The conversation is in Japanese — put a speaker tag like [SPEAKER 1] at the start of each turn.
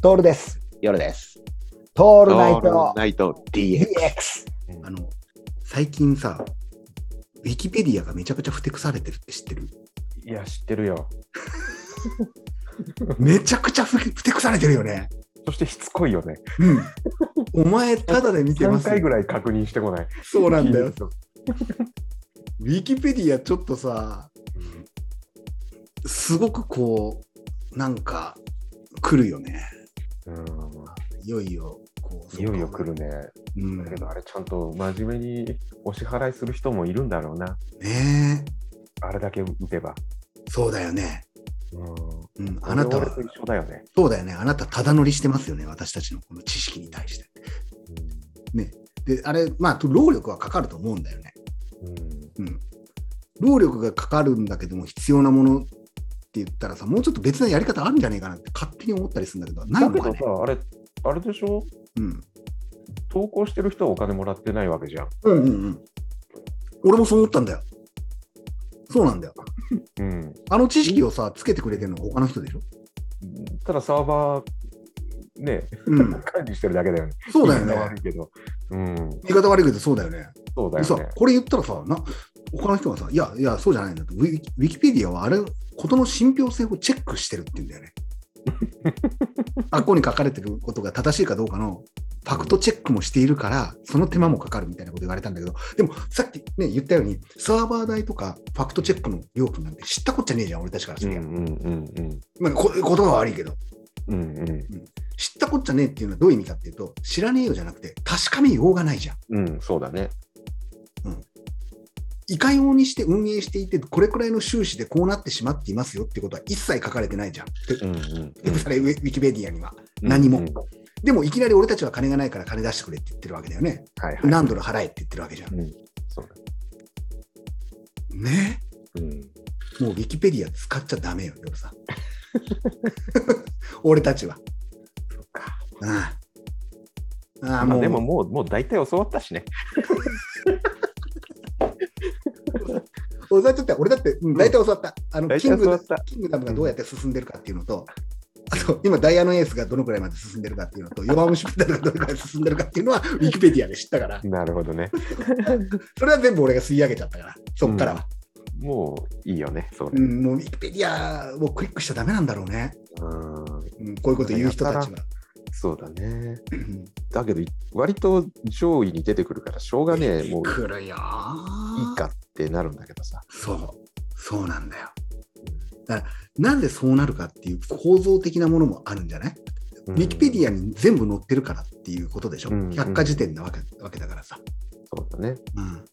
[SPEAKER 1] トールです。
[SPEAKER 2] 夜です。
[SPEAKER 1] ト
[SPEAKER 2] オ
[SPEAKER 1] ールナイト
[SPEAKER 2] ナイト
[SPEAKER 1] DX。
[SPEAKER 2] DX。
[SPEAKER 3] あの、最近さ、ウィキペディアがめちゃくちゃふてくされてるって知って る
[SPEAKER 4] いや、知ってるよ。
[SPEAKER 3] めちゃくちゃふふてくされてるよね。
[SPEAKER 4] そしてしつこいよね。
[SPEAKER 3] うん。お前、ただで見てま
[SPEAKER 4] 3
[SPEAKER 3] す。
[SPEAKER 4] 回ぐらい確認してこない。
[SPEAKER 3] そうなんだよ。
[SPEAKER 4] 聞い
[SPEAKER 3] ウィキペディアちょっとさ、すごくこう、なんか、来るよね。
[SPEAKER 4] てるう
[SPEAKER 3] いよいよ、こう。
[SPEAKER 4] ん、いよいよ来るね。
[SPEAKER 3] うん。
[SPEAKER 4] だけ
[SPEAKER 3] ね
[SPEAKER 4] ど、あれ、ちゃんと真面目にお支払いする人もいるんだろうな。
[SPEAKER 3] え
[SPEAKER 4] あれだけ見てば。
[SPEAKER 3] そうだよね。
[SPEAKER 4] うん、
[SPEAKER 3] うん。あなた
[SPEAKER 4] 我
[SPEAKER 3] は
[SPEAKER 4] 々と、一緒だよね。
[SPEAKER 3] そうだよね。あなた、ただ乗りしてますよね。私たちのこの知識に対して。で、あれ、まあ、労力はかかると思うんだよね。
[SPEAKER 4] うん
[SPEAKER 3] う
[SPEAKER 4] うん
[SPEAKER 3] ん、労力がかかるんだけども必要なものって言ったらさもうちょっと別なやり方あるんじゃないかなって勝手に思ったりするんだけどない
[SPEAKER 4] だ
[SPEAKER 3] の
[SPEAKER 4] け
[SPEAKER 3] か
[SPEAKER 4] ど
[SPEAKER 3] ね、
[SPEAKER 4] さ、あれ、あれでしょ
[SPEAKER 3] うん、
[SPEAKER 4] 投稿してる人はお金もらってないわけじゃん。
[SPEAKER 3] うんうんうん俺もそう思ったんだよそうなんだよ
[SPEAKER 4] うん、
[SPEAKER 3] あの知識をさつけてくれてるのは他の人でしょ、
[SPEAKER 4] ただ、サーバー、ね、
[SPEAKER 3] うん、
[SPEAKER 4] 管理してるだけだよね。
[SPEAKER 3] そうだよ
[SPEAKER 4] 言い方悪
[SPEAKER 3] ね
[SPEAKER 4] いけど。うん、
[SPEAKER 3] 言い方悪いけどそうだよね
[SPEAKER 4] そうだ
[SPEAKER 3] でさ
[SPEAKER 4] よね。
[SPEAKER 3] これ言ったらさな他の人がさ「いやいやそうじゃないんだ」とウィキウィキペディアはあれことの信憑性をチェックしてるって言うんだ よね。あっこに書かれてることが正しいかどうかのファクトチェックもしているからその手間もかかるみたいなこと言われたんだけどでもさっきね言ったようにサーバー代とかファクトチェックの料金なんて知ったこっちゃねえじゃん俺たちからし
[SPEAKER 4] うん
[SPEAKER 3] て、
[SPEAKER 4] うんうんうん
[SPEAKER 3] まあ、こ言葉は悪いけど
[SPEAKER 4] うんうん
[SPEAKER 3] 知ったこっちゃねえっていうのはどういう意味かっていうと知らねえよじゃなくて確かめようがないじゃん。
[SPEAKER 4] うん、そうだね。
[SPEAKER 3] いかようにして運営していて、これくらいの収支でこうなってしまっていますよってことは一切書かれてないじゃん。で
[SPEAKER 4] うんうん
[SPEAKER 3] でそれウィウィキペディアには。何も
[SPEAKER 4] うんうんは
[SPEAKER 3] でもいきなり俺たちは金がないから金出してくれって言ってるわけだよね。
[SPEAKER 4] いはい。
[SPEAKER 3] 何ドル払えって言ってるわけじゃん。
[SPEAKER 4] うん、そうだ。
[SPEAKER 3] ね
[SPEAKER 4] うん。
[SPEAKER 3] もうウィキペディア使っちゃダメよ、夜 さん。俺たちは。
[SPEAKER 4] そっか。
[SPEAKER 3] ああああも
[SPEAKER 4] まあ
[SPEAKER 3] う
[SPEAKER 4] でももう、もう大体教わったしね。
[SPEAKER 3] 俺だって俺だって、うん大体教わった。あの
[SPEAKER 4] 大
[SPEAKER 3] キング
[SPEAKER 4] 体教わ
[SPEAKER 3] ダ
[SPEAKER 4] った。
[SPEAKER 3] キングダムがどうやって進んでるかっていうのと、あと今、ダイヤのエースがどのくらいまで進んでるかっていう のと、弱虫ペダルがどのくらい進んでるかっていうのは、ウィキペディアで知ったから、
[SPEAKER 4] なるほどね。
[SPEAKER 3] それは全部俺が吸い上げちゃったから、そっからは。
[SPEAKER 4] もういいよね、それ。
[SPEAKER 3] うんもうウィキペディアをクリックしちゃだめなんだろうね、
[SPEAKER 4] うん、
[SPEAKER 3] うんこういうこと言う人たちは。
[SPEAKER 4] そうだね。
[SPEAKER 3] うん
[SPEAKER 4] だけど、割と上位に出てくるから、しょうがねえ、もう
[SPEAKER 3] 来るよー
[SPEAKER 4] いいかってなるんだけどさ。
[SPEAKER 3] そう、そうなんだよ。だからなんでそうなるかっていう構造的なものもあるんじゃないウィキペディ
[SPEAKER 4] ア。
[SPEAKER 3] アに全部載ってるからっていうことでしょ、
[SPEAKER 4] うん
[SPEAKER 3] 百科事典なわけわけだからさ。
[SPEAKER 4] そうだね。
[SPEAKER 3] うん